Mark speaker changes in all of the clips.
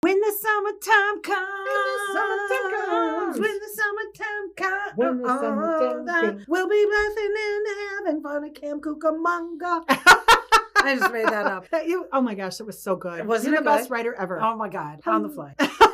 Speaker 1: When the summertime comes,
Speaker 2: comes.
Speaker 1: when the summertime comes,
Speaker 2: When the summertime comes.
Speaker 1: we'll be laughing and having fun at Camp Cucamonga. I just made that up.
Speaker 2: That you, oh my gosh, that was so good.
Speaker 1: Wasn't
Speaker 2: You're
Speaker 1: it
Speaker 2: the best
Speaker 1: good?
Speaker 2: writer ever.
Speaker 1: Oh my God, on the fly.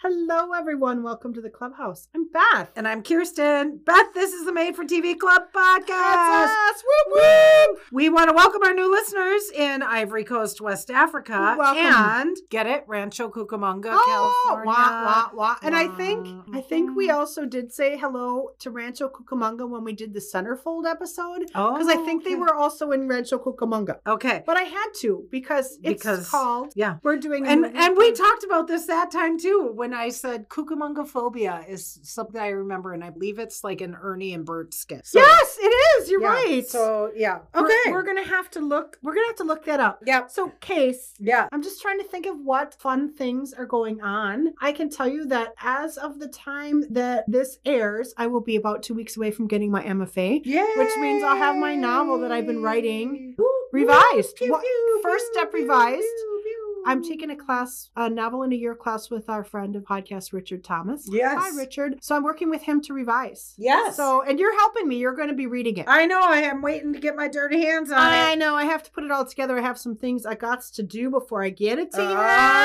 Speaker 2: Hello, everyone. Welcome to the clubhouse. I'm Beth.
Speaker 1: And I'm Kirsten. Beth, this is the Made for TV Club podcast.
Speaker 2: us. Woo woo.
Speaker 1: We want to welcome our new listeners in Ivory Coast, West Africa,
Speaker 2: Welcome.
Speaker 1: and get it, Rancho Cucamonga,
Speaker 2: Oh,
Speaker 1: California. Mm-hmm.
Speaker 2: wah, wah, wah. And I think
Speaker 1: Wah.
Speaker 2: I think we also did say hello to Rancho Cucamonga when we did the centerfold episode
Speaker 1: Oh,
Speaker 2: because I think they
Speaker 1: okay.
Speaker 2: were also in Rancho Cucamonga.
Speaker 1: okay.
Speaker 2: But I had to because it's
Speaker 1: Because-
Speaker 2: called.
Speaker 1: yeah.
Speaker 2: We're doing a
Speaker 1: And
Speaker 2: movie
Speaker 1: and we
Speaker 2: for-
Speaker 1: talked about this that time too when I said Cucamonga phobia is something I remember, and I believe it's like an Ernie and Bert skit. So-
Speaker 2: yes, it is. You're
Speaker 1: Yeah,
Speaker 2: right.
Speaker 1: So yeah.
Speaker 2: We're-
Speaker 1: Okay.
Speaker 2: we're gonna have to look. We're gonna have to look that up.
Speaker 1: yeah.
Speaker 2: So, case.
Speaker 1: Yeah.
Speaker 2: I'm just trying to think of what fun things are going on. I can tell you that as of the time that this airs, I will be about two weeks away from getting my MFA.
Speaker 1: Yeah.
Speaker 2: Which means I'll have my novel that I've been writing
Speaker 1: Ooh,
Speaker 2: revised.
Speaker 1: pew,
Speaker 2: What-
Speaker 1: pew,
Speaker 2: first
Speaker 1: pew,
Speaker 2: step
Speaker 1: pew,
Speaker 2: revised.
Speaker 1: pew, pew.
Speaker 2: I'm taking a class, a novel in a year class with our friend of podcast, Richard Thomas.
Speaker 1: Yes.
Speaker 2: Hi, Richard. So I'm working with him to revise.
Speaker 1: Yes.
Speaker 2: So, and you're helping me. You're going to be reading it.
Speaker 1: I know. I am waiting to get my dirty hands on
Speaker 2: I
Speaker 1: it.
Speaker 2: know. I have to put it all together. I have some things I got to do before I get it to you.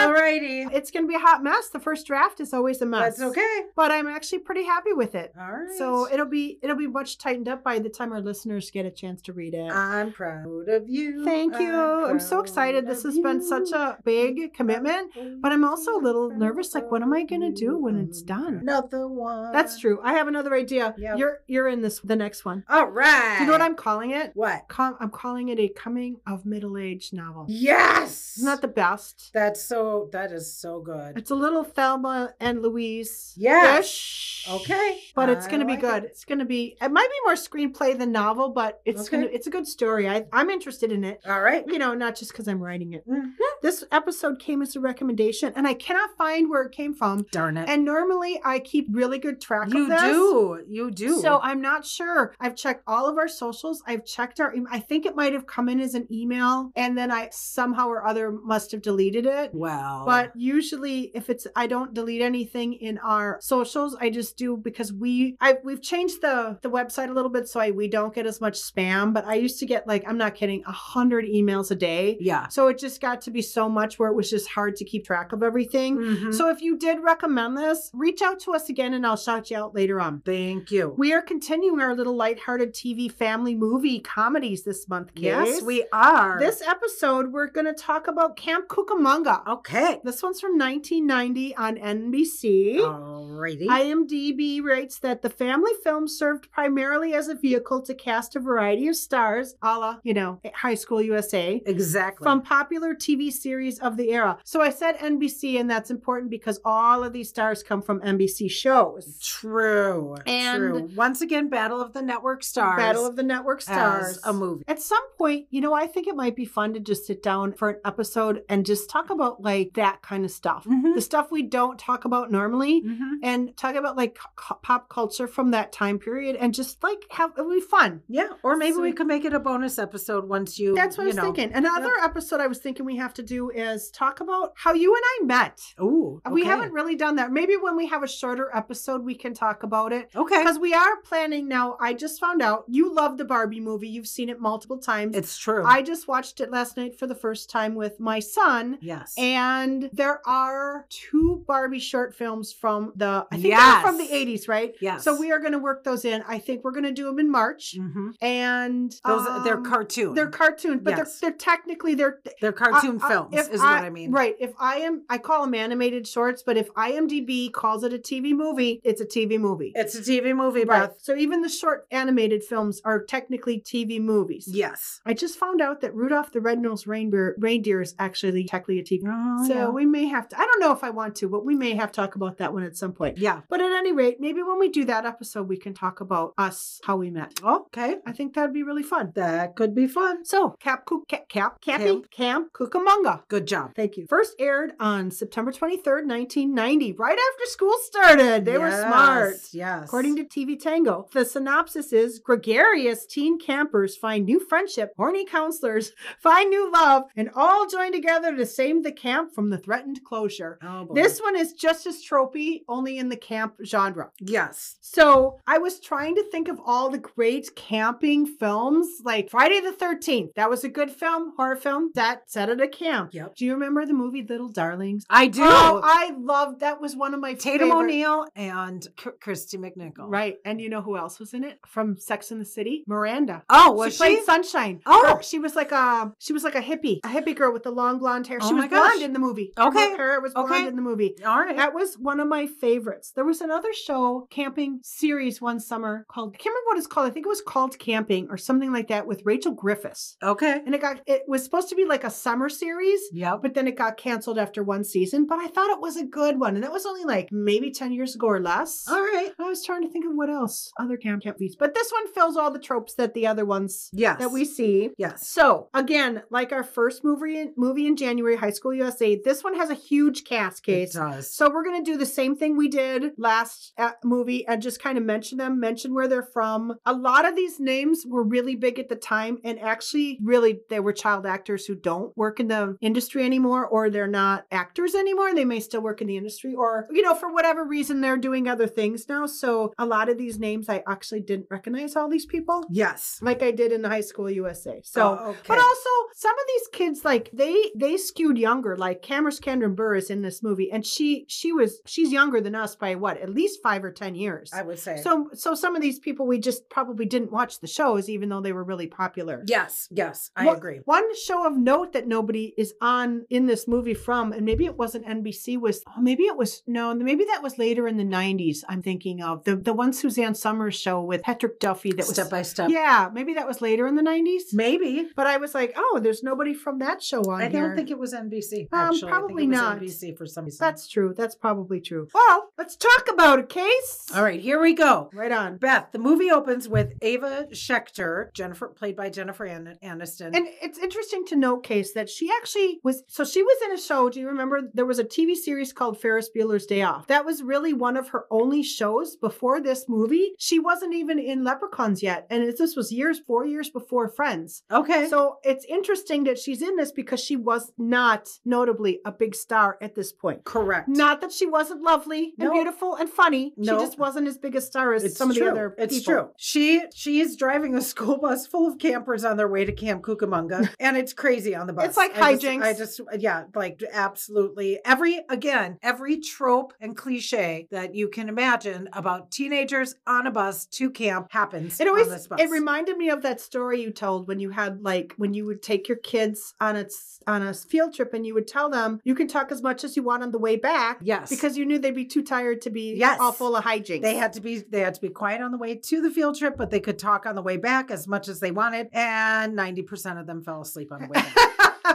Speaker 1: Alrighty.
Speaker 2: It's going to be a hot mess. The first draft is always a mess.
Speaker 1: That's okay.
Speaker 2: But I'm actually pretty happy with it.
Speaker 1: All right.
Speaker 2: So it'll be it'll be much tightened up by the time our listeners get a chance to read it.
Speaker 1: I'm proud of you.
Speaker 2: Thank you. I'm, so
Speaker 1: proud
Speaker 2: excited. This
Speaker 1: of
Speaker 2: has been such
Speaker 1: you.
Speaker 2: a big commitment, but I'm also a little nervous like what am I going to do when it's done?
Speaker 1: Mm-hmm. Another one.
Speaker 2: That's true. I have another idea.
Speaker 1: Yep.
Speaker 2: You're you're in this the next one.
Speaker 1: All right.
Speaker 2: Do you know what I'm calling it?
Speaker 1: What?
Speaker 2: Com- I'm calling it a coming of middle age novel.
Speaker 1: Yes.
Speaker 2: Isn't that Oh. the best?
Speaker 1: That's so. That is so good.
Speaker 2: It's a little Thelma and Louise.
Speaker 1: Yes. Okay.
Speaker 2: But it's
Speaker 1: I
Speaker 2: going to be
Speaker 1: like
Speaker 2: good.
Speaker 1: it.
Speaker 2: It's going to be. It might be more screenplay than novel, but it's
Speaker 1: Okay.
Speaker 2: going to. It's a good story. I I'm interested in it.
Speaker 1: All right.
Speaker 2: You know, not just because I'm writing it.
Speaker 1: Mhm.
Speaker 2: This episode came as a recommendation, and I cannot find where it came from.
Speaker 1: Darn it.
Speaker 2: And normally, I keep really good track
Speaker 1: you
Speaker 2: of this.
Speaker 1: do. You do.
Speaker 2: So I'm not sure. I've checked all of our socials. I've checked our. em- I think it might have come in as an email, and then I somehow or other must have deleted it.
Speaker 1: wow.
Speaker 2: But usually, if it's, I don't delete anything in our socials. I just do because we, I we've changed the the website a little bit so I, we don't get as much spam. But I used to get like, I'm not kidding, a hundred emails a day.
Speaker 1: yeah.
Speaker 2: So it just got to be so much where it was just hard to keep track of everything.
Speaker 1: Mhm.
Speaker 2: So if you did recommend this, reach out to us again, and I'll shout you out later on.
Speaker 1: thank you.
Speaker 2: We are continuing our little lighthearted TV family movie comedies this month.
Speaker 1: yes,
Speaker 2: Case.
Speaker 1: we are.
Speaker 2: This episode, we're going to talk about Camp Cucamonga.
Speaker 1: Okay.
Speaker 2: This one's from 1990 on NBC.
Speaker 1: Alrighty.
Speaker 2: IMDb rates that the family film served primarily as a vehicle to cast a variety of stars, a la, you know, High School USA,
Speaker 1: exactly.
Speaker 2: from popular TV series of the era. So I said NBC, and that's important because all of these stars come from NBC shows.
Speaker 1: True.
Speaker 2: And-
Speaker 1: true. Once again, Battle of the Network Stars.
Speaker 2: Battle of the Network Stars.
Speaker 1: As a movie.
Speaker 2: At some point, you know, I think it might be fun to just sit down for an episode and just talk about like that kind of stuff.
Speaker 1: Mhm.
Speaker 2: The stuff we don't talk about normally and talk about like cu- pop culture from that time period and just like have it would be fun.
Speaker 1: Yeah. Or maybe
Speaker 2: So-
Speaker 1: we could make it a bonus episode once you.
Speaker 2: That's what I
Speaker 1: you
Speaker 2: was
Speaker 1: know.
Speaker 2: thinking. Another episode I was thinking we have to do is talk about how you and I met.
Speaker 1: Ooh.
Speaker 2: Uh, We
Speaker 1: okay.
Speaker 2: haven't really done that. Maybe when we have a shorter episode, we can talk about it.
Speaker 1: Okay.
Speaker 2: Because we are planning now. I just found out you love the Barbie movie. You've seen it multiple times.
Speaker 1: It's true.
Speaker 2: I just watched it last night for the first time with my son.
Speaker 1: yes.
Speaker 2: And there are two Barbie short films from the, I think they're
Speaker 1: Yes.
Speaker 2: from the 80s, right?
Speaker 1: Yes.
Speaker 2: So we are going to work those in. I think we're going to do them in March.
Speaker 1: Mhm.
Speaker 2: And
Speaker 1: Those they're
Speaker 2: um,
Speaker 1: cartoon.
Speaker 2: They're cartoons, but
Speaker 1: Yes.
Speaker 2: they're, they're technically they're
Speaker 1: They're cartoon
Speaker 2: I- I-
Speaker 1: films,
Speaker 2: if
Speaker 1: is what I mean.
Speaker 2: Right. If I am, I call them animated shorts, but if IMDb calls it a TV movie, it's a TV movie.
Speaker 1: It's a TV movie,
Speaker 2: right.
Speaker 1: Beth.
Speaker 2: So even the short animated films are technically TV movies.
Speaker 1: Yes.
Speaker 2: I just found out that Rudolph the Red-Nosed Reindeer, reindeer is actually technically a TV.
Speaker 1: Oh,
Speaker 2: so
Speaker 1: yeah.
Speaker 2: we may have to. I don't know if I want to, but we may have to talk about that one at some point.
Speaker 1: yeah.
Speaker 2: But at any rate, maybe when we do that episode, we can talk about us how we met.
Speaker 1: Okay.
Speaker 2: I think that'd be really fun.
Speaker 1: That could be fun.
Speaker 2: So, Cap Coop Cap Cap Camping Camp Cucamonga.
Speaker 1: Good Good job.
Speaker 2: Thank you. First aired on September 23rd, 1990, right after school started. They were smart.
Speaker 1: Yes, Yes.
Speaker 2: According to TV Tango, the synopsis is gregarious teen campers find new friendship, horny counselors find new love, and all join together to save the camp from the threatened closure.
Speaker 1: oh, boy.
Speaker 2: This one is just as tropey, only in the camp genre.
Speaker 1: Yes.
Speaker 2: So I was trying to think of all the great camping films, like Friday the 13th. That was a good film, horror film that set at a camp.
Speaker 1: Yep.
Speaker 2: Do you remember the movie Little Darlings?
Speaker 1: I do.
Speaker 2: Oh, I loved that. Was one of my
Speaker 1: Tatum
Speaker 2: favorite-
Speaker 1: O'Neill and K- Christy McNichol.
Speaker 2: Right. And you know who else was in it from Sex in the City? Miranda.
Speaker 1: Oh, was she?
Speaker 2: played Sunshine.
Speaker 1: Oh.
Speaker 2: Her- she was like a she was like a hippie, a hippie girl with the long blonde hair.
Speaker 1: Oh
Speaker 2: she was
Speaker 1: my gosh.
Speaker 2: blonde in the movie.
Speaker 1: Okay.
Speaker 2: her hair was blonde
Speaker 1: Okay.
Speaker 2: in the movie.
Speaker 1: All right.
Speaker 2: That was one of my favorites. There was another show, camping series, one summer called I can't remember what it's called. I think it was called Camping or something like that with Rachel Griffiths.
Speaker 1: okay.
Speaker 2: And it got it was supposed to be like a summer series,
Speaker 1: Yep.
Speaker 2: but then it got canceled after one season. But I thought it was a good one, and that was only like maybe ten years ago or less.
Speaker 1: All right.
Speaker 2: I was trying to think of what else other camp camp feeds, but this one fills all the tropes that the other ones
Speaker 1: Yes.
Speaker 2: that we see.
Speaker 1: Yes.
Speaker 2: So again, like our first movie in, movie in January, High School USA, this one has a huge cast
Speaker 1: It
Speaker 2: case.
Speaker 1: does.
Speaker 2: So we're gonna do the same thing we did last uh, movie and just kind of mention them, mention where they're from. A lot of these names were really big at the time, and actually, really, they were child actors who don't work in the industry anymore, or they're not actors anymore. They may still work in the industry, or you know, for whatever reason, they're doing other things now. So a lot of these names, I actually didn't recognize all these people
Speaker 1: yes.
Speaker 2: like I did in the High School USA. So.
Speaker 1: Oh, okay.
Speaker 2: But also, some of these kids, like they they skewed younger. Like Cameron Scandron Burr is in this movie, and she she was she's younger than us by what at least five or ten years.
Speaker 1: I would say.
Speaker 2: So so some of these people we just probably didn't watch the shows, even though they were really popular.
Speaker 1: yes. Yes. I
Speaker 2: One-
Speaker 1: agree.
Speaker 2: One show of note that nobody is on in this movie from, and maybe it wasn't NBC, was oh, maybe it was no, maybe that was later in the '90s. I'm thinking of the the one Suzanne Summers show with Patrick Duffy that was
Speaker 1: step by step.
Speaker 2: yeah, maybe that was later in the '90s.
Speaker 1: Maybe.
Speaker 2: But I was like, oh, there's nobody from that show on
Speaker 1: I
Speaker 2: here.
Speaker 1: don't think it was NBC.
Speaker 2: Um,
Speaker 1: Actually, I think
Speaker 2: probably
Speaker 1: it was
Speaker 2: not.
Speaker 1: NBC for some reason.
Speaker 2: that's true. That's probably true. Well, let's talk about a case.
Speaker 1: all right. Here we go.
Speaker 2: right on.
Speaker 1: Beth. The movie opens with Ava Schechter, Jennifer, played by Jennifer An- Aniston.
Speaker 2: And it's interesting to note, Case, that she actually was. So she was in a show. Do you remember? There was a TV series called Ferris Bueller's Day Off. That was really one of her only shows before this movie. She wasn't even in Leprechauns yet, and it- this was years, four years before Friends.
Speaker 1: okay.
Speaker 2: So it's interesting that she's in this because she was not notably a big star at this point.
Speaker 1: correct.
Speaker 2: Not that she wasn't lovely and
Speaker 1: No.
Speaker 2: beautiful and funny.
Speaker 1: No.
Speaker 2: She just wasn't as big a star as some of
Speaker 1: true.
Speaker 2: the other
Speaker 1: It's
Speaker 2: people.
Speaker 1: true. She she is driving a school bus full of campers on their way to Camp Cucamonga, and it's crazy on the bus.
Speaker 2: It's like
Speaker 1: I just-
Speaker 2: hijinks.
Speaker 1: I just yeah, like absolutely every again every trope and cliche that you can imagine about teenagers on a bus to camp happens.
Speaker 2: It always
Speaker 1: on this bus.
Speaker 2: it reminded me of that story you told when you had like when you would take your kids on a s- on a field trip and you would tell them you can talk as much as you want on the way back
Speaker 1: yes
Speaker 2: because you knew they'd be too tired to be
Speaker 1: Yes.
Speaker 2: all full of hijinks.
Speaker 1: They had to be they had to be quiet on the way to the field trip, but they could talk on the way back as much as they wanted. And ninety percent of them fell asleep on the way back.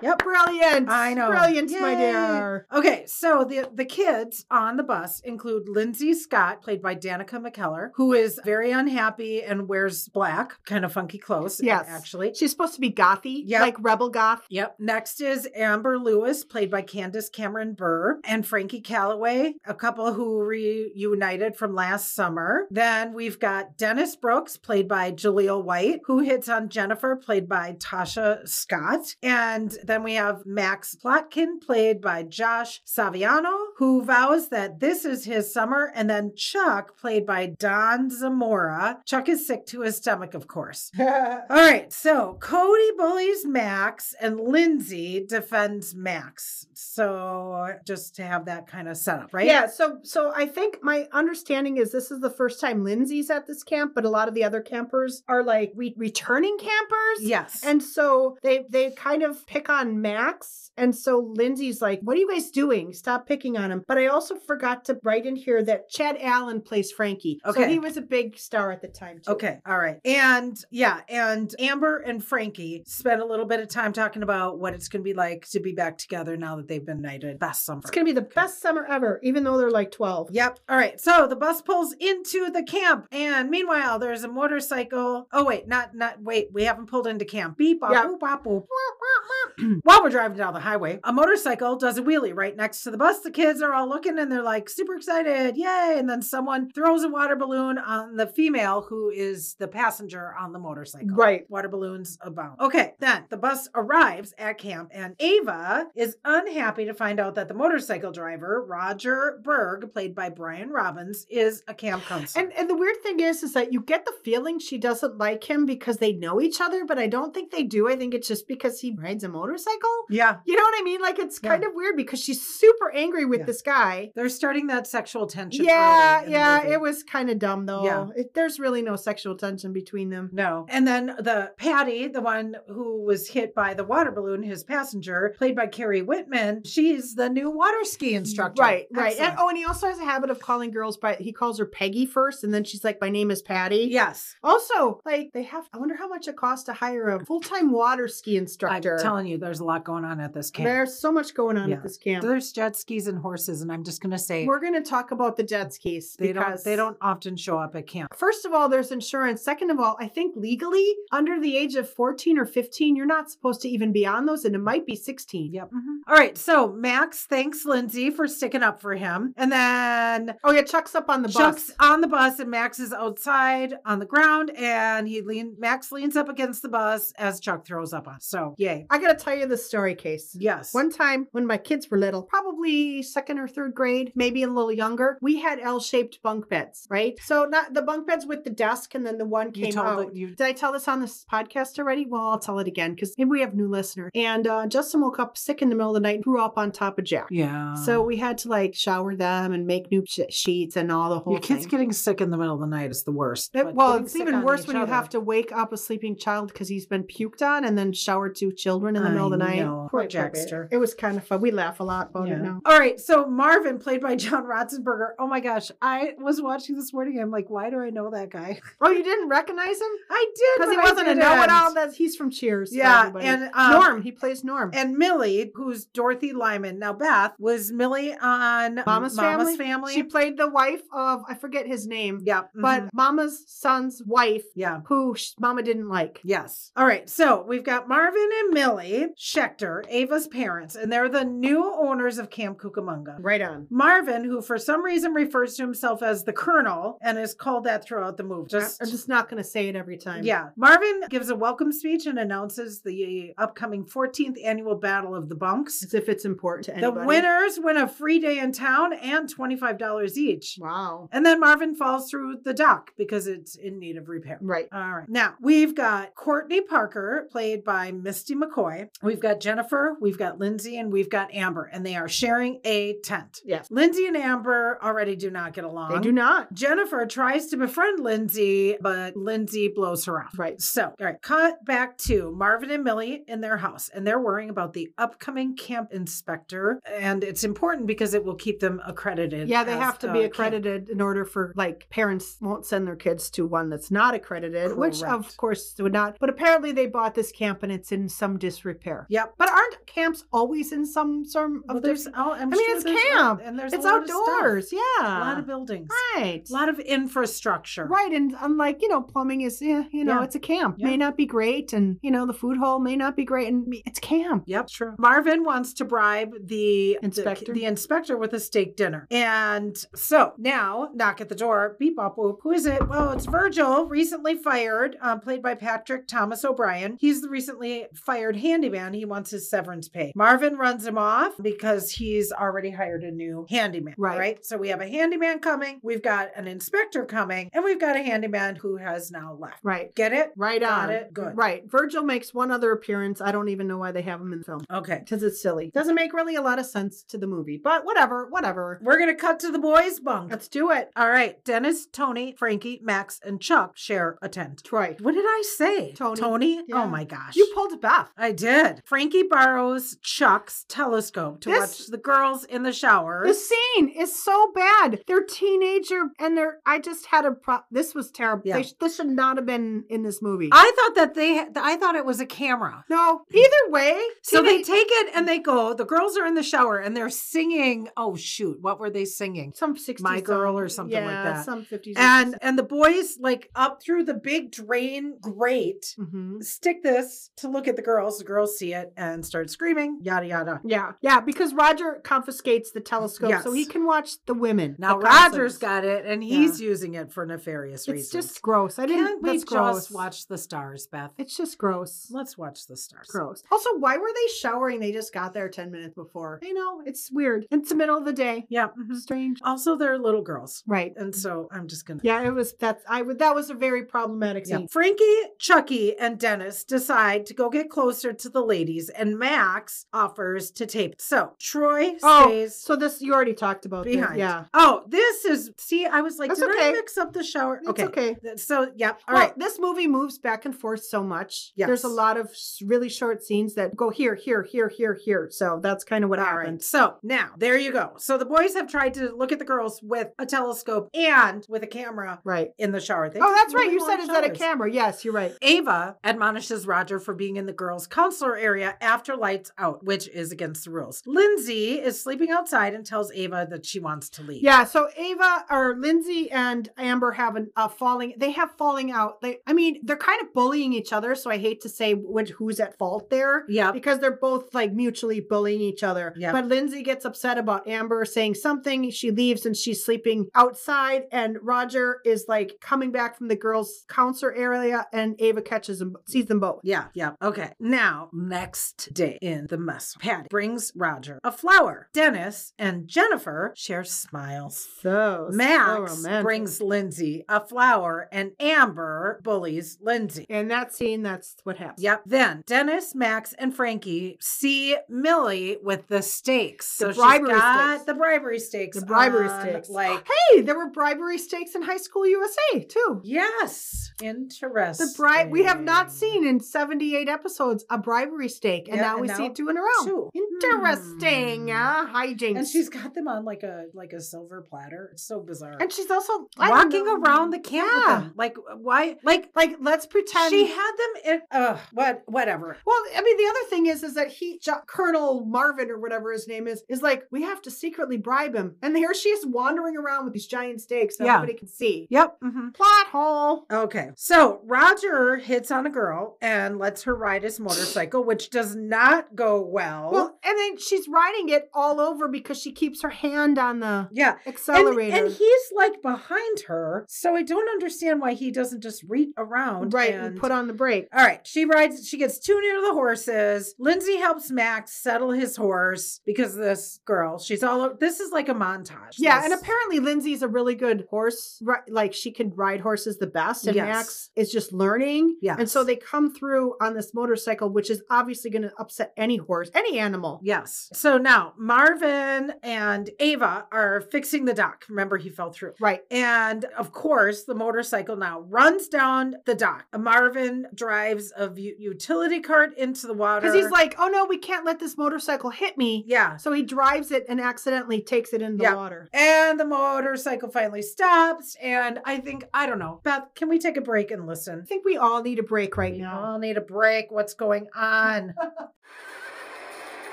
Speaker 2: yep, brilliant.
Speaker 1: I know.
Speaker 2: brilliant, my
Speaker 1: Yay.
Speaker 2: dear.
Speaker 1: Okay, so the the kids on the bus include Lindsay Scott, played by Danica McKellar, who is very unhappy and wears black, kind of funky clothes.
Speaker 2: Yes.
Speaker 1: actually.
Speaker 2: She's supposed to be gothy,
Speaker 1: Yep.
Speaker 2: like rebel goth.
Speaker 1: Yep. Next is Amber Lewis, played by Candace Cameron Burr, and Frankie Calloway, a couple who reunited from last summer. Then we've got Dennis Brooks, played by Jaleel White, who hits on Jennifer, played by Tasha Scott. And then we have Max Plotkin, played by Josh Saviano, who vows that this is his summer. And then Chuck, played by Don Zamora. Chuck is sick to his stomach, of course. All right, so Cody bullies Max and Lindsay defends Max. So just to have that kind of setup, right?
Speaker 2: Yeah, so so I think my understanding is this is the first time Lindsay's at this camp, but a lot of the other campers are like re- returning campers.
Speaker 1: Yes.
Speaker 2: And so they they kind of pick on Max, and so Lindsay's like, "What are you guys doing? Stop picking on him." But I also forgot to write in here that Chad Allen plays Frankie, so
Speaker 1: Okay.
Speaker 2: he was a big star at the time too.
Speaker 1: Okay. All right. And yeah, and Amber and Frankie spent a little bit of time talking about what it's going to be like to be back together now that they've been knighted. Best summer.
Speaker 2: It's gonna be the best summer ever, even though they're like twelve.
Speaker 1: Yep. All right. So the bus pulls into the camp, and meanwhile, there's a motorcycle. Oh wait, not not wait. We haven't pulled into camp. Beep bop
Speaker 2: Yeah.
Speaker 1: boop bop boop. While we're driving down the highway, a motorcycle does a wheelie right next to the bus. The kids are all looking and they're like super excited. Yay. And then someone throws a water balloon on the female who is the passenger on the motorcycle.
Speaker 2: Right.
Speaker 1: Water balloons abound. Okay. Then the bus arrives at camp and Ava is unhappy to find out that the motorcycle driver, Roger Berg, played by Brian Robbins, is a camp counselor.
Speaker 2: And and the weird thing is, is that you get the feeling she doesn't like him because they know each other, but I don't think they do. I think it's just because he rides a motorcycle.
Speaker 1: yeah.
Speaker 2: You know what I mean? Like it's
Speaker 1: Yeah.
Speaker 2: kind of weird because she's super angry with
Speaker 1: Yeah.
Speaker 2: this guy.
Speaker 1: They're starting that sexual tension.
Speaker 2: Yeah,
Speaker 1: early in the
Speaker 2: yeah,
Speaker 1: movie.
Speaker 2: it was kind of dumb though.
Speaker 1: Yeah.
Speaker 2: It, there's really no sexual tension between them.
Speaker 1: No. And then the Patty, the one who was hit by the water balloon, his passenger, played by Carrie Whitman, she's the new water ski instructor.
Speaker 2: Mm, Right, right. And,
Speaker 1: Excellent.
Speaker 2: oh, and he also has a habit of calling girls by he calls her Peggy first, and then she's like, "My name is Patty."
Speaker 1: yes.
Speaker 2: Also, like they have. I wonder how much it costs to hire a full time water ski
Speaker 1: I'm
Speaker 2: instructor.
Speaker 1: telling you, there's a lot going on at this camp.
Speaker 2: There's so much going on
Speaker 1: Yeah.
Speaker 2: at this camp.
Speaker 1: There's jet skis and horses, and I'm just gonna say
Speaker 2: We're going to talk about the jet skis
Speaker 1: they
Speaker 2: because
Speaker 1: don't they don't often show up at camp.
Speaker 2: First of all, there's insurance. Second of all, I think legally, under the age of 14 or 15, you're not supposed to even be on those, and it might be 16.
Speaker 1: Yep. All right. So Max thanks Lindsay for sticking up for him, and then
Speaker 2: Oh, yeah, Chuck's up on the
Speaker 1: Chuck's
Speaker 2: bus.
Speaker 1: on the bus and Max is outside on the ground and he lean Max leans up against the bus as Chuck throws up on. him. So yay.
Speaker 2: I got to tell you the story case.
Speaker 1: Yes.
Speaker 2: One time when my kids were little, probably second or third grade, maybe a little younger, we had L-shaped bunk beds, right? So not the bunk beds with the desk and then the one
Speaker 1: You
Speaker 2: came
Speaker 1: told
Speaker 2: out.
Speaker 1: it- you-
Speaker 2: Did I tell this on this podcast already? Well, I'll tell it again because maybe we have new listeners. And uh, Justin woke up sick in the middle of the night and threw up on top of Jack.
Speaker 1: Yeah.
Speaker 2: So we had to like shower them and make new sh- sheets and all the whole
Speaker 1: your kids
Speaker 2: thing.
Speaker 1: getting sick in the middle of the night is the worst.
Speaker 2: It-
Speaker 1: but
Speaker 2: well,
Speaker 1: getting
Speaker 2: it's
Speaker 1: sick
Speaker 2: even
Speaker 1: on
Speaker 2: worse
Speaker 1: each
Speaker 2: when you
Speaker 1: other-
Speaker 2: have to wake up a sleeping child because he's been puked on and then shower two children in the
Speaker 1: I
Speaker 2: middle of the night.
Speaker 1: know. Poor Jackster.
Speaker 2: baby. It was kind of fun. We laugh a lot about it
Speaker 1: Yeah.
Speaker 2: now.
Speaker 1: All right. So Marvin, played by John Ratzenberger. Oh my gosh. I was watching this morning. I'm like, why do I know that guy?
Speaker 2: Oh, you didn't recognize him
Speaker 1: I did.
Speaker 2: because he
Speaker 1: but I
Speaker 2: wasn't a
Speaker 1: didn't.
Speaker 2: know-it-all. That he's from Cheers. for
Speaker 1: Yeah.
Speaker 2: everybody.
Speaker 1: And um,
Speaker 2: Norm, he plays Norm.
Speaker 1: and Millie, who's Dorothy Lyman. Now Beth was Millie on
Speaker 2: Mama's,
Speaker 1: Mama's
Speaker 2: family.
Speaker 1: family.
Speaker 2: She played the wife of I forget his name,
Speaker 1: yeah.
Speaker 2: but
Speaker 1: mhm,
Speaker 2: Mama's son's wife,
Speaker 1: yeah.
Speaker 2: who sh- Mama didn't like.
Speaker 1: Yes. All right. So we've got Marvin and Millie Schechter, Ava's parents, and they're the new owners of Camp Cucamonga.
Speaker 2: Right on.
Speaker 1: Marvin, who for some reason refers to himself as the Colonel and is called that throughout the movie. Just.
Speaker 2: I'm just not going to say it every time.
Speaker 1: yeah. Marvin gives a welcome speech and announces the upcoming 14th annual Battle of the Bunks.
Speaker 2: as if it's important to anybody.
Speaker 1: The winners win a free day in town and $25 each.
Speaker 2: Wow.
Speaker 1: And then Marvin falls through the dock because it's in need of repair.
Speaker 2: Right.
Speaker 1: All right. Now we've got Courtney Parker, played by Misty McCoy. We've got Jennifer, we've got Lindsay, and we've got Amber, and they are sharing a tent.
Speaker 2: Yes.
Speaker 1: Lindsay and Amber already do not get along.
Speaker 2: They do not.
Speaker 1: Jennifer tries to befriend Lindsay, but Lindsay blows her off.
Speaker 2: Right.
Speaker 1: So, all right, cut back to Marvin and Millie in their house, and they're worrying about the upcoming camp inspector. And it's important because it will keep them accredited.
Speaker 2: Yeah, they
Speaker 1: as
Speaker 2: have to
Speaker 1: a
Speaker 2: be
Speaker 1: camp.
Speaker 2: accredited in order for like parents won't send their kids to one that's not accredited, which of
Speaker 1: Correct.
Speaker 2: course would not. But apparently they bought this camp and it's in some disrepair.
Speaker 1: Yep.
Speaker 2: But aren't camps always in some sort of
Speaker 1: Well, there's, oh, I'm
Speaker 2: I mean,
Speaker 1: sure
Speaker 2: it's
Speaker 1: there's-
Speaker 2: camp.
Speaker 1: and there's
Speaker 2: it's
Speaker 1: a lot of stuff.
Speaker 2: outdoors, yeah.
Speaker 1: a lot of buildings,
Speaker 2: right.
Speaker 1: a lot of infrastructure.
Speaker 2: Right, and unlike you know, plumbing is yeah, you know,
Speaker 1: Yeah.
Speaker 2: it's a camp.
Speaker 1: Yeah.
Speaker 2: May not be great, and you know, the food hall may not be great, and it's camp.
Speaker 1: Yep. True. Marvin wants to bribe the
Speaker 2: Inspector.
Speaker 1: the, the inspector with a steak dinner. And so now, knock at the door. Beep, bop, whoop. Who is it? Well, it's Virgil, recently fired, um, played by Patrick Thomas O'Brien. He's the recently fired handyman. He wants his severance pay. Marvin runs him off because he's already hired a new handyman.
Speaker 2: Right.
Speaker 1: Right. So we have a handyman coming. We've got an inspector coming, and we've got a handyman who has now left.
Speaker 2: Right.
Speaker 1: Get it?
Speaker 2: Right
Speaker 1: Got
Speaker 2: on.
Speaker 1: it. Good.
Speaker 2: Right. Virgil makes one other appearance. I don't even know why they have him in the film
Speaker 1: Okay.
Speaker 2: because it's silly. Doesn't make really a lot of sense to the movie, but whatever, whatever.
Speaker 1: We're gonna cut to the boys' bunk.
Speaker 2: Let's do it.
Speaker 1: All right. Dennis, Tony, Frankie, Max, and Chuck share a tent.
Speaker 2: Troy,
Speaker 1: What did I say?
Speaker 2: Tony.
Speaker 1: Tony?
Speaker 2: Yeah.
Speaker 1: Oh my gosh.
Speaker 2: you pulled Beth.
Speaker 1: I did. Frankie borrows Chuck's telescope to
Speaker 2: This-
Speaker 1: watch the girls in the shower.
Speaker 2: The scene is so bad. They're teenager and they're. I just had a pro. This was terrible.
Speaker 1: Yeah.
Speaker 2: They sh- this should not have been in this movie.
Speaker 1: I thought that they, I thought it was a camera.
Speaker 2: no. Either way.
Speaker 1: So they
Speaker 2: teenage-
Speaker 1: take it and they go. The girls are in the shower and they're singing. Oh shoot, what were they singing?
Speaker 2: some 60s
Speaker 1: My Girl or something like
Speaker 2: yeah,
Speaker 1: that.
Speaker 2: Some 50s.
Speaker 1: And and the boys like up through the big drain grate
Speaker 2: hmm
Speaker 1: stick this to look at the girls. The girls see it and start screaming, yada, yada.
Speaker 2: Yeah, yeah, because Roger confiscates the telescope so
Speaker 1: Yes.
Speaker 2: he can watch the women.
Speaker 1: Now
Speaker 2: the gossips.
Speaker 1: Roger's got it and he's using it for nefarious
Speaker 2: It's
Speaker 1: reasons.
Speaker 2: just gross. I didn't.
Speaker 1: Can't we
Speaker 2: that's
Speaker 1: just
Speaker 2: gross.
Speaker 1: watch the stars, Beth?
Speaker 2: It's just gross.
Speaker 1: Let's watch the stars.
Speaker 2: Gross. Also, why were they showering? They just got there ten minutes before. I know it's weird. It's the middle of the day.
Speaker 1: Yeah. mhm.
Speaker 2: Strange.
Speaker 1: Also, they're little girls.
Speaker 2: Right.
Speaker 1: And so I'm just going to.
Speaker 2: Yeah, it was. That's. I would. That was a very problematic scene.
Speaker 1: Frankie, Chucky, and Dennis decide to go get closer to the ladies, and Max offers to tape. So Troy
Speaker 2: Oh,
Speaker 1: stays
Speaker 2: So this you already talked about. this.
Speaker 1: behind.
Speaker 2: Yeah.
Speaker 1: Oh, this is. See, I was like,
Speaker 2: That's
Speaker 1: did I
Speaker 2: okay.
Speaker 1: mix up the shower?
Speaker 2: It's okay.
Speaker 1: Th- So, yep. All
Speaker 2: well,
Speaker 1: right.
Speaker 2: This movie moves back and forth so much.
Speaker 1: Yes.
Speaker 2: There's a lot of s- really short scenes that go here, here, here, here, here. So that's kind of what
Speaker 1: All
Speaker 2: happened.
Speaker 1: right. So now there you go. So the boys have tried to look at the girls with a telescope and with a camera
Speaker 2: Right.
Speaker 1: in the shower. They
Speaker 2: Oh, that's
Speaker 1: really
Speaker 2: right. You said
Speaker 1: want
Speaker 2: it's at a
Speaker 1: showers.
Speaker 2: camera. Yes, you're right.
Speaker 1: Ava admonishes Roger for being in the girls' counselor area after lights out, which is against the rules. Lindsay is sleeping outside and tells Ava that she wants to leave.
Speaker 2: Yeah. So Ava or Lindsay and Amber have an, a falling. They have falling out. They. I mean, they're kind of bullying each other. So I hate to say which, who's at fault there.
Speaker 1: Yep.
Speaker 2: because they're both like mutually bullying each other.
Speaker 1: Yeah.
Speaker 2: But Lindsay gets upset about Amber saying something. She leaves and she's sleeping outside. And Roger is like coming back from the girls' counselor area, and Ava catches them, sees them both.
Speaker 1: Yeah, yeah. Okay. Now, next day in the mess, Patty brings Roger a flower. Dennis and Jennifer share smiles.
Speaker 2: So
Speaker 1: Max
Speaker 2: romantic.
Speaker 1: brings Lindsay a flower, and Amber bullies Lindsay.
Speaker 2: and that scene. That's what happens.
Speaker 1: Yep. Then Dennis, Max, and Frankie see Millie with the stakes.
Speaker 2: The
Speaker 1: so
Speaker 2: bribery
Speaker 1: she's got
Speaker 2: stakes.
Speaker 1: the bribery stakes.
Speaker 2: The bribery
Speaker 1: on,
Speaker 2: stakes.
Speaker 1: uh, Like
Speaker 2: Hey, there were bribery stakes in high school USA too.
Speaker 1: yes, interesting.
Speaker 2: The bribe we have not seen in 78 episodes a bribery stake, and
Speaker 1: Yeah,
Speaker 2: now
Speaker 1: and
Speaker 2: we
Speaker 1: now
Speaker 2: see two in a row.
Speaker 1: two.
Speaker 2: Interesting.
Speaker 1: Hmm.
Speaker 2: Uh, hijinks.
Speaker 1: And she's got them on like a like a silver platter. It's so bizarre.
Speaker 2: And she's also I don't
Speaker 1: Walking
Speaker 2: know.
Speaker 1: around the camp with
Speaker 2: Yeah.
Speaker 1: them. Like why?
Speaker 2: Like, like, let's pretend.
Speaker 1: she had them in. Uh, what? Whatever.
Speaker 2: well, I mean, the other thing is, is that he, Jo- Colonel Marvin or whatever his name is, is like, we have to secretly bribe him. And here she is wandering around with these giant stakes that
Speaker 1: Yeah.
Speaker 2: everybody can see.
Speaker 1: Yep. Mm-hmm.
Speaker 2: Plot hole.
Speaker 1: Okay. So Roger hits on a girl and lets her ride his motorcycle, which does not go well.
Speaker 2: Well, and then she's riding it all over because she keeps her hand on the
Speaker 1: yeah. And,
Speaker 2: accelerator.
Speaker 1: and he's like behind her. So I don't understand why he doesn't just reach around.
Speaker 2: right,
Speaker 1: And,
Speaker 2: and put on the brake.
Speaker 1: all right. She rides, she gets too near the horses. Lindsay helps Max settle his horse because this girl, she's all over. This is like a montage.
Speaker 2: Yeah,
Speaker 1: This-
Speaker 2: and apparently Lindsay's a really good horse. ri- Like she can ride horses the best, and
Speaker 1: Yes.
Speaker 2: Max is just learning. and so
Speaker 1: Yes.
Speaker 2: they come through on this motorcycle, which is obviously going to upset any horse, any animal.
Speaker 1: Yes. So now Marvin and Ava are fixing the dock. Remember, he fell through.
Speaker 2: Right.
Speaker 1: And of course, the motorcycle now runs down the dock. Marvin drives a u- utility cart into the water.
Speaker 2: Because he's like, oh no, we can't let this motorcycle hit me.
Speaker 1: yeah.
Speaker 2: So he drives it and accidentally takes it in the
Speaker 1: Yeah.
Speaker 2: water.
Speaker 1: And the motorcycle finally stops. And I think, I don't know, Beth, can we take a break and
Speaker 2: I
Speaker 1: listen?
Speaker 2: think we all need a break right
Speaker 1: We
Speaker 2: now.
Speaker 1: all need a break. What's going on?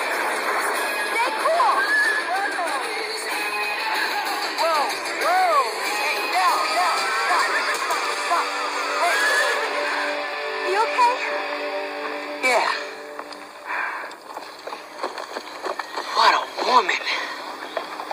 Speaker 3: Stay cool. Whoa, whoa. Hey, down, down, down. Stop, stop. Hey. You okay? Yeah. What a woman.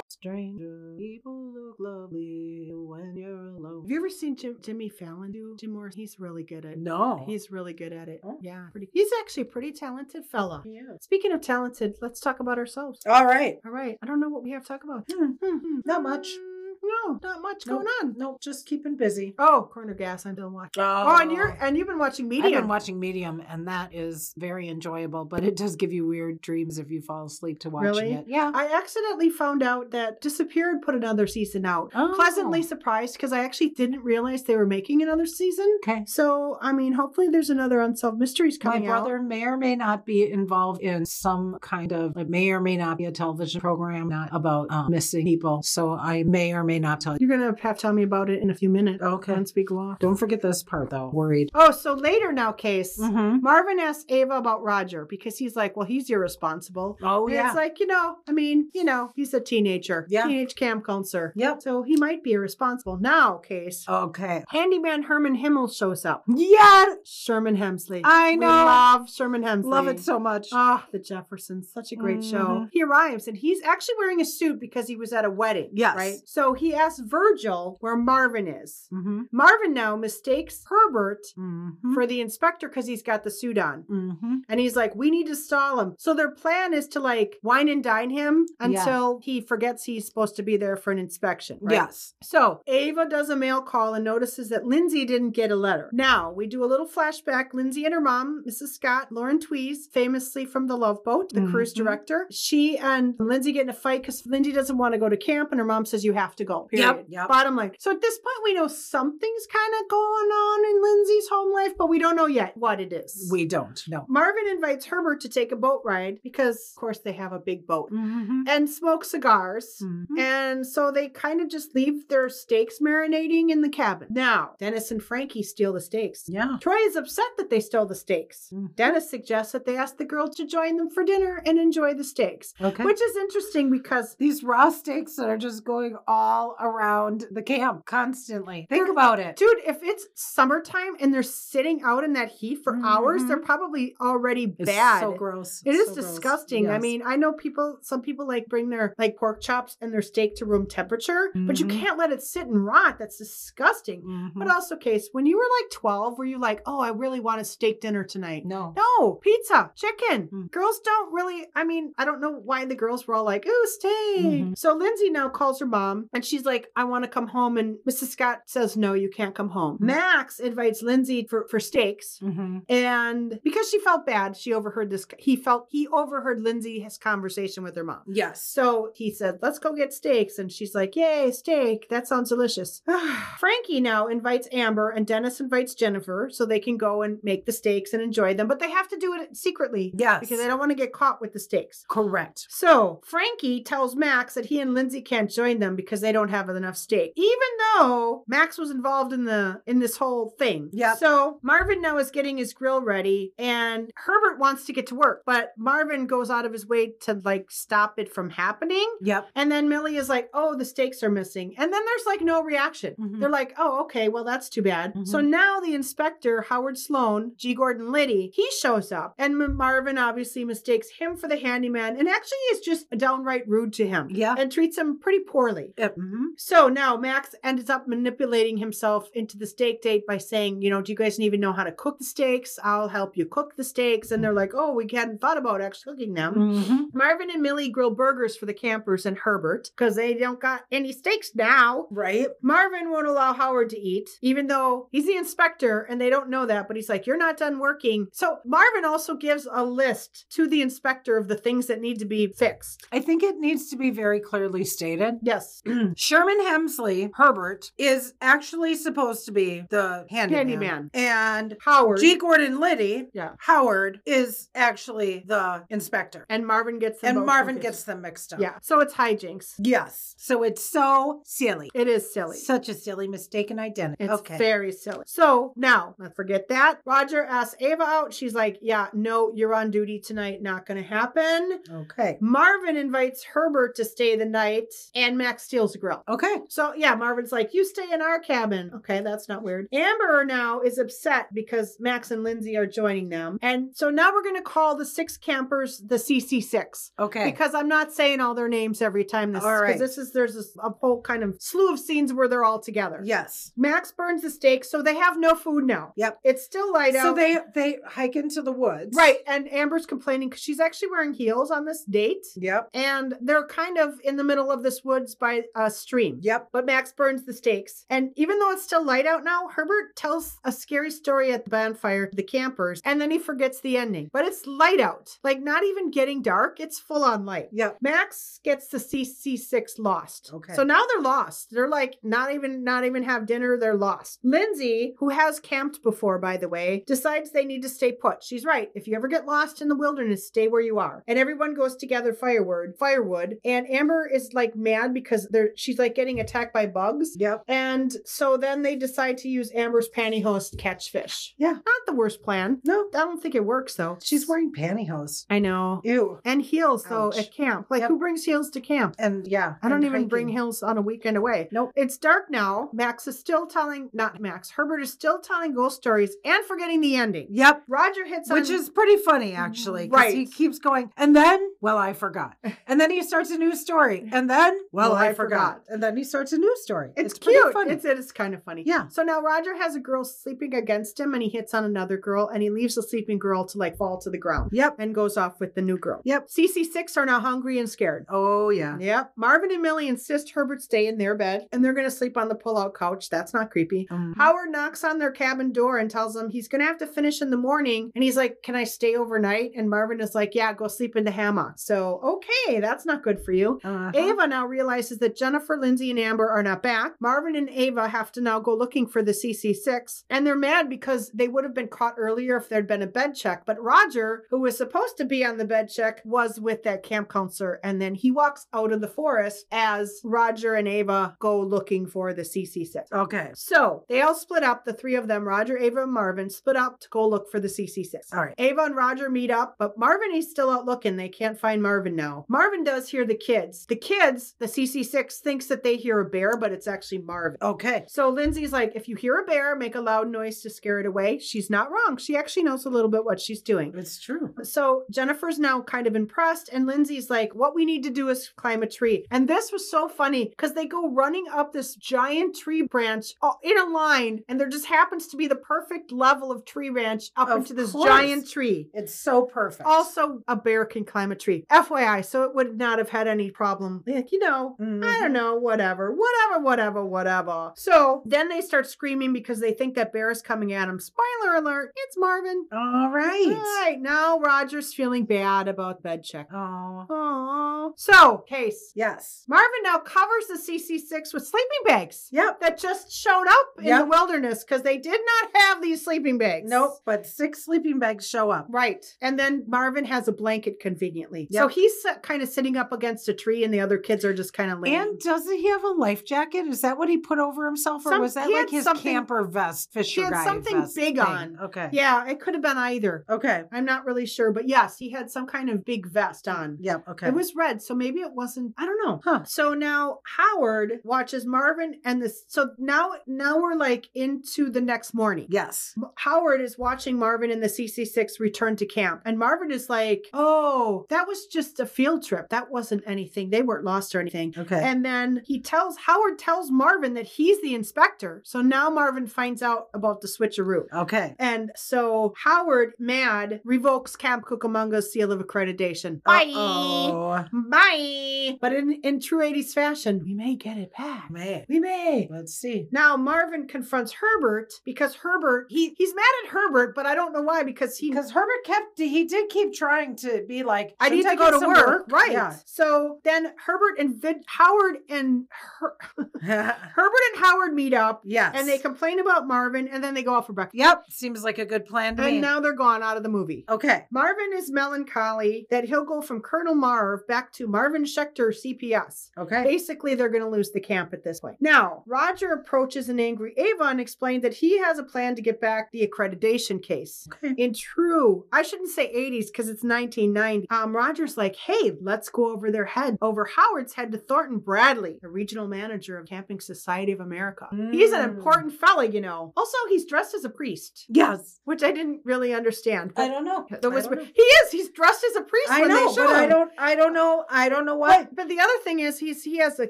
Speaker 1: Stranger people look lovely when you're alone.
Speaker 2: Have you ever seen Jim, Jimmy Fallon do Jim Morrison? He's really good at
Speaker 1: No.
Speaker 2: He's really good at it.
Speaker 1: Oh.
Speaker 2: Yeah. Pretty, he's actually a pretty talented fella.
Speaker 1: Yeah.
Speaker 2: Speaking of talented, let's talk about ourselves.
Speaker 1: All right.
Speaker 2: All right. I don't know what we have to talk about.
Speaker 1: Hmm.
Speaker 2: Hmm, hmm,
Speaker 1: Not much.
Speaker 2: hmm. No, not much
Speaker 1: Nope.
Speaker 2: going on.
Speaker 1: Nope. Just keeping busy.
Speaker 2: Oh, corner gas. I'm still watching. Oh, and you're and you've been watching
Speaker 4: I've
Speaker 2: Medium.
Speaker 4: been watching Medium, and that is very enjoyable, but it does give you weird dreams if you fall asleep to watching
Speaker 2: Really?
Speaker 4: it. Yeah.
Speaker 2: I accidentally found out that Disappeared put another season out.
Speaker 4: Oh.
Speaker 2: Pleasantly surprised because I actually didn't realize they were making another season.
Speaker 4: Okay.
Speaker 2: So I mean, hopefully there's another Unsolved Mysteries
Speaker 4: My
Speaker 2: coming
Speaker 4: brother
Speaker 2: out.
Speaker 4: may or may not be involved in some kind of, it may or may not be a television program not about um, missing people. So I may or may may not tell you.
Speaker 2: You're gonna have to tell me about it in a few minutes.
Speaker 1: Okay.
Speaker 2: Once we go off.
Speaker 4: Don't forget this part though. Worried.
Speaker 2: Oh, so later now, case.
Speaker 1: Mm-hmm.
Speaker 2: Marvin asks Ava about Roger because he's like, well, he's irresponsible.
Speaker 1: Oh
Speaker 2: And
Speaker 1: yeah.
Speaker 2: It's like, you know, I mean, you know, he's a teenager.
Speaker 1: Yeah.
Speaker 2: Teenage camp counselor.
Speaker 1: Yep.
Speaker 2: So he might be irresponsible. Now, case.
Speaker 1: Oh. Okay.
Speaker 2: Handyman Herman Himmel shows up.
Speaker 1: Yeah.
Speaker 2: Sherman Hemsley.
Speaker 1: I
Speaker 2: We
Speaker 1: know.
Speaker 2: love Sherman Hemsley.
Speaker 1: Love it so much.
Speaker 2: Ah, The Jeffersons, such a great show.
Speaker 1: Mhm.
Speaker 2: He arrives and he's actually wearing a suit because he was at a wedding.
Speaker 1: Yes.
Speaker 2: Right? So he asks Virgil where Marvin is.
Speaker 1: mm-hmm.
Speaker 2: Marvin now mistakes Herbert
Speaker 1: Mm-hmm.
Speaker 2: for the inspector because he's got the suit on.
Speaker 1: mm-hmm.
Speaker 2: And he's like, we need to stall him. So their plan is to like wine and dine him until he forgets he's supposed to be there for an inspection. Right?
Speaker 1: Yes.
Speaker 2: So Ava does a mail call and notices that Lindsay didn't get a letter. Now we do a little flashback. Lindsay and her mom, Mrs. Scott, Lauren Tweez, famously from The Love Boat, the cruise
Speaker 1: Mhm.
Speaker 2: director. She and Lindsay get in a fight because Lindsay doesn't want to go to camp and her mom says you have to go. Period.
Speaker 1: Yep. Yep.
Speaker 2: Bottom line. So at this point, we know something's kind of going on in Lindsay's home life, but we don't know yet what it is.
Speaker 1: We don't. No.
Speaker 2: Marvin invites Herbert to take a boat ride because, of course, they have a big boat
Speaker 1: Mm-hmm.
Speaker 2: and smoke cigars. And so they kind of just leave their steaks marinating in the cabin. Now, Dennis and Frankie steal the steaks.
Speaker 1: Yeah.
Speaker 2: Troy is upset that they stole the steaks.
Speaker 1: Mm.
Speaker 2: Dennis suggests that they ask the girls to join them for dinner and enjoy the steaks,
Speaker 1: Okay.
Speaker 2: which is interesting because
Speaker 4: These raw steaks that are just going all around the camp constantly. Think
Speaker 2: They're-
Speaker 4: about it.
Speaker 2: Dude, if it's summertime and they're sitting out in that heat for hours,
Speaker 1: Mhm.
Speaker 2: they're probably already
Speaker 1: It's
Speaker 2: bad.
Speaker 1: so gross.
Speaker 2: It is
Speaker 1: So gross.
Speaker 2: disgusting. I
Speaker 1: Yes.
Speaker 2: mean, I know people, some people like bring their like pork chops and their steak to room temperature, but you
Speaker 1: Mhm.
Speaker 2: can't let it sit and rot. That's disgusting.
Speaker 1: Mhm.
Speaker 2: But also, Case, when you were like 12, were you like, oh, I really want a steak dinner tonight?
Speaker 4: No.
Speaker 2: No, pizza, chicken.
Speaker 1: Mm.
Speaker 2: Girls don't really, I mean, I don't know why the girls were all like, ooh, steak.
Speaker 1: Mhm.
Speaker 2: So Lindsay now calls her mom and she's like, I want to come home. And Mrs. Scott says, no, you can't come home.
Speaker 1: Mm.
Speaker 2: Max invites Lindsay for, for steaks.
Speaker 1: Mhm.
Speaker 2: And because she felt bad, she overheard this. He felt he overheard Lindsay his conversation with her mom.
Speaker 1: Yes.
Speaker 2: So he said, Let's go get steaks. And she's like, Yay, steak. That sounds delicious. Frankie now invites Amber and Dennis invites Jennifer so they can go and make the steaks and enjoy them, but they have to do it secretly
Speaker 1: Yes.
Speaker 2: because they don't want to get caught with the steaks.
Speaker 1: Correct.
Speaker 2: So Frankie tells Max that he and Lindsay can't join them because they don't have enough steak, even though Max was involved in the in this whole thing.
Speaker 1: Yep.
Speaker 2: So Marvin now is getting his grill ready, and Herbert wants to get to work, but Marvin goes out of his way to like stop it from happening.
Speaker 1: Yep.
Speaker 2: And then Millie is like, oh, the stakes are missing. And then there's like no reaction.
Speaker 1: Mhm.
Speaker 2: They're like, oh, okay, well, that's too bad. So
Speaker 1: Mhm.
Speaker 2: now the inspector, Howard Sloan, G. Gordon Liddy, he shows up. And M- Marvin obviously mistakes him for the handyman and actually is just downright rude to him
Speaker 1: Yeah.
Speaker 2: and treats him pretty poorly.
Speaker 1: Yep. Mhm.
Speaker 2: So now Max ends up manipulating himself into the steak date by saying, you know, do you guys even know how to cook the steaks? I'll help you cook the steaks. And they're like, oh, we hadn't thought about actually cooking them.
Speaker 1: Mhm.
Speaker 2: Marvin and Millie grill burgers for the campers and Herbert because they don't got any steaks now.
Speaker 1: Right.
Speaker 2: Marvin won't allow Howard to eat, even though he's the inspector and they don't know that, but he's like, You're not done working. So Marvin also gives a list to the inspector of the things that need to be fixed.
Speaker 1: I think it needs to be very clearly stated
Speaker 2: Yes.
Speaker 1: Mm. Sherman Hemsley, Herbert, is actually supposed to be the handyman.
Speaker 2: Handyman.
Speaker 1: And
Speaker 2: Howard.
Speaker 1: G. Gordon Liddy,
Speaker 2: Yeah.
Speaker 1: Howard, is actually the inspector.
Speaker 2: and Marvin gets them.
Speaker 1: And
Speaker 2: both
Speaker 1: Marvin
Speaker 2: confused.
Speaker 1: gets them mixed up.
Speaker 2: Yeah. So it's hijinks.
Speaker 1: Yes. So it's so silly.
Speaker 2: It is silly.
Speaker 1: Such a silly mistaken identity.
Speaker 2: It's
Speaker 1: okay.
Speaker 2: very silly. So now, not forget that. Roger asks Ava out. She's like, Yeah, no, you're on duty tonight. Not going to happen.
Speaker 1: Okay.
Speaker 2: Marvin invites Herbert to stay the night, and Max steals the grill.
Speaker 1: Okay.
Speaker 2: So, yeah, Marvin's like, You stay in our cabin. Okay, that's not weird. Amber now is upset because Max and Lindsay are joining them. And so now we're going to call the six campers the CC6
Speaker 1: Okay.
Speaker 2: because I'm not saying all their names every time this
Speaker 1: All
Speaker 2: because
Speaker 1: right.
Speaker 2: this is there's this, a whole kind of slew of scenes where they're all together.
Speaker 1: yes.
Speaker 2: Max burns the steak, so they have no food now.
Speaker 1: Yep.
Speaker 2: It's still light out.
Speaker 1: So they they hike into the woods.
Speaker 2: right, and Amber's complaining because she's actually wearing heels on this date,
Speaker 1: Yep.
Speaker 2: and they're kind of in the middle of this woods by a stream.
Speaker 1: Yep.
Speaker 2: But Max burns the stakes. And even though it's still light out now, Herbert tells a scary story at the bonfire to the campers, and then he forgets the ending. But it's light out. Like, not even getting dark, it's full on light.
Speaker 1: Yep.
Speaker 2: Max gets the CC6 lost.
Speaker 1: Okay.
Speaker 2: So now they're lost. They're like not even not even have dinner, they're lost. Lindsay, who has camped before by the way, decides they need to stay put. She's right. If you ever get lost in the wilderness, stay where you are. And everyone goes to gather firewood, firewood, and Amber is like mad because they're she's like getting attacked by bugs.
Speaker 1: Yep.
Speaker 2: And so then they decide to use Amber's pantyhose to catch fish.
Speaker 1: Yeah.
Speaker 2: Not the worst plan.
Speaker 1: No,
Speaker 2: I don't think it works though.
Speaker 1: she's wearing pantyhose.
Speaker 2: I know.
Speaker 1: Ew.
Speaker 2: And heels though
Speaker 1: Ouch.
Speaker 2: at camp. Like
Speaker 1: Yep.
Speaker 2: who brings heels to camp?
Speaker 1: And yeah,
Speaker 2: I don't
Speaker 1: and
Speaker 2: even bring
Speaker 1: hiking.
Speaker 2: heels on a weekend away.
Speaker 1: Nope.
Speaker 2: It's dark now. Max is still telling, not Max, Herbert is still telling ghost stories and forgetting the ending.
Speaker 1: Yep.
Speaker 2: Roger hits
Speaker 1: Which
Speaker 2: on-
Speaker 1: is pretty funny, actually, because
Speaker 2: Right.
Speaker 1: he keeps going, and then, well, I forgot. And then he starts a new story. And then, well, I, forgot. And then he starts a new story.
Speaker 2: It's,
Speaker 1: pretty
Speaker 2: cute.
Speaker 1: funny.
Speaker 2: It's it is kind of funny.
Speaker 1: Yeah.
Speaker 2: So now Roger has a girl sleeping against him, and he hits on another girl, and he leaves the sleeping girl to like fall to the ground.
Speaker 1: Yep.
Speaker 2: And goes off with the new girl.
Speaker 1: Yep.
Speaker 2: CC6 are now hungry and scared.
Speaker 1: Oh, yeah.
Speaker 2: Yep. Marvin and Millie insist Herbert stay in their bed, and they're going to sleep on the pull-out couch. That's not creepy.
Speaker 1: Um,
Speaker 2: Howard knocks on their cabin door and tells them he's going to have to finish in the morning. And he's like, Can I stay overnight? And Marvin is like, Yeah, go sleep in the hammock. So, okay, that's not good for you.
Speaker 1: uh-huh.
Speaker 2: Ava now realizes that Jennifer, Lindsay, and Amber are not back. Marvin and Ava have to now go looking for the CC6, and they're mad because they would have been caught earlier if there'd been a bed check. But Roger, who was supposed to be on the bed check, was with that camp counselor, and then he walks out of the forest as Roger and Ava go looking for the CC6.
Speaker 1: Okay.
Speaker 2: So they all split up, the three of them, Roger, Ava, and Marvin, split up to go look for the CC6.
Speaker 1: All right.
Speaker 2: Ava and Roger meet up, but Marvin is still out looking. They can't find Marvin now. Marvin does hear the kids. The kids, the CC6, thinks that they hear a bear, but it's actually Marvin.
Speaker 1: Okay.
Speaker 2: So Lindsay's like, if you hear a bear, make a loud noise to scare it away. She's not wrong. She actually knows a little bit what she's doing.
Speaker 1: It's true.
Speaker 2: So Jennifer's now kind of impressed, and Lindsay's like, What we need to do is climb a tree. And this was so funny because they go running up this giant tree branch uh, in a line, and there just happens to be the perfect level of tree branch up
Speaker 1: Of
Speaker 2: into this
Speaker 1: course.
Speaker 2: giant tree.
Speaker 1: It's so perfect.
Speaker 2: Also, a bear can climb a tree. FYI, so it would not have had any problem. Like, you know, I
Speaker 1: Mm-hmm.
Speaker 2: don't know, whatever, whatever, whatever, whatever. So then they start screaming because they think that bear is coming at them. Spoiler alert, it's Marvin.
Speaker 1: All right.
Speaker 2: Right now, Roger's feeling bad about bed check.
Speaker 1: Oh.
Speaker 2: Aww. So, case.
Speaker 1: Yes.
Speaker 2: Marvin now covers the CC6 with sleeping bags
Speaker 1: Yep.
Speaker 2: that just showed up in the
Speaker 1: Yep.
Speaker 2: wilderness because they did not have these sleeping bags.
Speaker 1: Nope. But six sleeping bags show up.
Speaker 2: Right. And then Marvin has a blanket conveniently. So
Speaker 1: Yep.
Speaker 2: he's kind of sitting up against a tree, and the other kids are just kind of laying.
Speaker 4: And doesn't he have a life jacket? Is that what he put over himself, or
Speaker 2: Some-
Speaker 4: was that
Speaker 2: he had
Speaker 4: like his
Speaker 2: something-
Speaker 4: camper vest,
Speaker 2: he
Speaker 4: Fisher
Speaker 2: had
Speaker 4: guy
Speaker 2: something
Speaker 4: vest
Speaker 2: big
Speaker 4: thing?
Speaker 2: on.
Speaker 1: Okay.
Speaker 2: yeah, it could have been either.
Speaker 1: Okay.
Speaker 2: I'm not really sure, but yes, he had some kind of big vest on.
Speaker 1: Yep. Okay.
Speaker 2: It was red, so maybe it wasn't. I don't know.
Speaker 1: Huh.
Speaker 2: So now Howard watches Marvin and this. So now, now we're like into the next morning.
Speaker 1: Yes.
Speaker 2: M- Howard is watching Marvin and the CC6 return to camp, and Marvin is like, "Oh, that was just a field trip. That wasn't anything. They weren't lost or anything."
Speaker 1: Okay.
Speaker 2: And then he tells Howard tells Marvin that he's the inspector. So now Marvin finds out about the switcheroo.
Speaker 1: okay.
Speaker 2: And so Howard, mad, revokes Camp Cucamonga's seal of accreditation.
Speaker 1: Oh.
Speaker 2: Bye. But in, in true 80s fashion, we may get it back.
Speaker 1: Man.
Speaker 2: We may.
Speaker 1: Let's see.
Speaker 2: Now Marvin confronts Herbert because Herbert he he's mad at Herbert, but I don't know why because he
Speaker 1: Because Herbert kept, he did keep trying to be like,
Speaker 2: I need
Speaker 1: "Shouldn't
Speaker 2: to go
Speaker 1: get
Speaker 2: to
Speaker 1: some
Speaker 2: work. right?
Speaker 1: Yeah.
Speaker 2: So then Herbert and Vid- Howard and Her- Herbert and Howard meet up
Speaker 1: yes.
Speaker 2: and they complain about Marvin and then they go out for breakfast.
Speaker 1: Yep. Seems like a good plan to me.
Speaker 2: And now they're gone out of the movie.
Speaker 1: okay.
Speaker 2: Marvin is melancholy that he'll go from Colonel Marv back to Marvin Schechter CPS.
Speaker 1: Okay.
Speaker 2: Basically, they're going to lose the camp at this point. Now, Roger approaches an angry Ava and explains that he has a plan to get back the accreditation case.
Speaker 1: Okay.
Speaker 2: In true, I shouldn't say 80s because it's 1990. Um, Roger's like, hey, let's go over their head, over Howard's head to Thornton Bradley, the regional manager of Camping Society of America. He's an
Speaker 1: Mm.
Speaker 2: important fella, you know. Also, he's dressed as a priest,
Speaker 1: Yes.
Speaker 2: which I didn't really understand.
Speaker 1: I
Speaker 2: but-
Speaker 1: don't know.
Speaker 2: the
Speaker 1: I
Speaker 2: whisper.
Speaker 1: don't know.
Speaker 2: He is. He's dressed as a priest.
Speaker 1: I
Speaker 2: when
Speaker 1: know,
Speaker 2: they show
Speaker 1: but I
Speaker 2: him.
Speaker 1: don't. I don't know. I don't know what.
Speaker 2: But, but the other thing is, he's he has a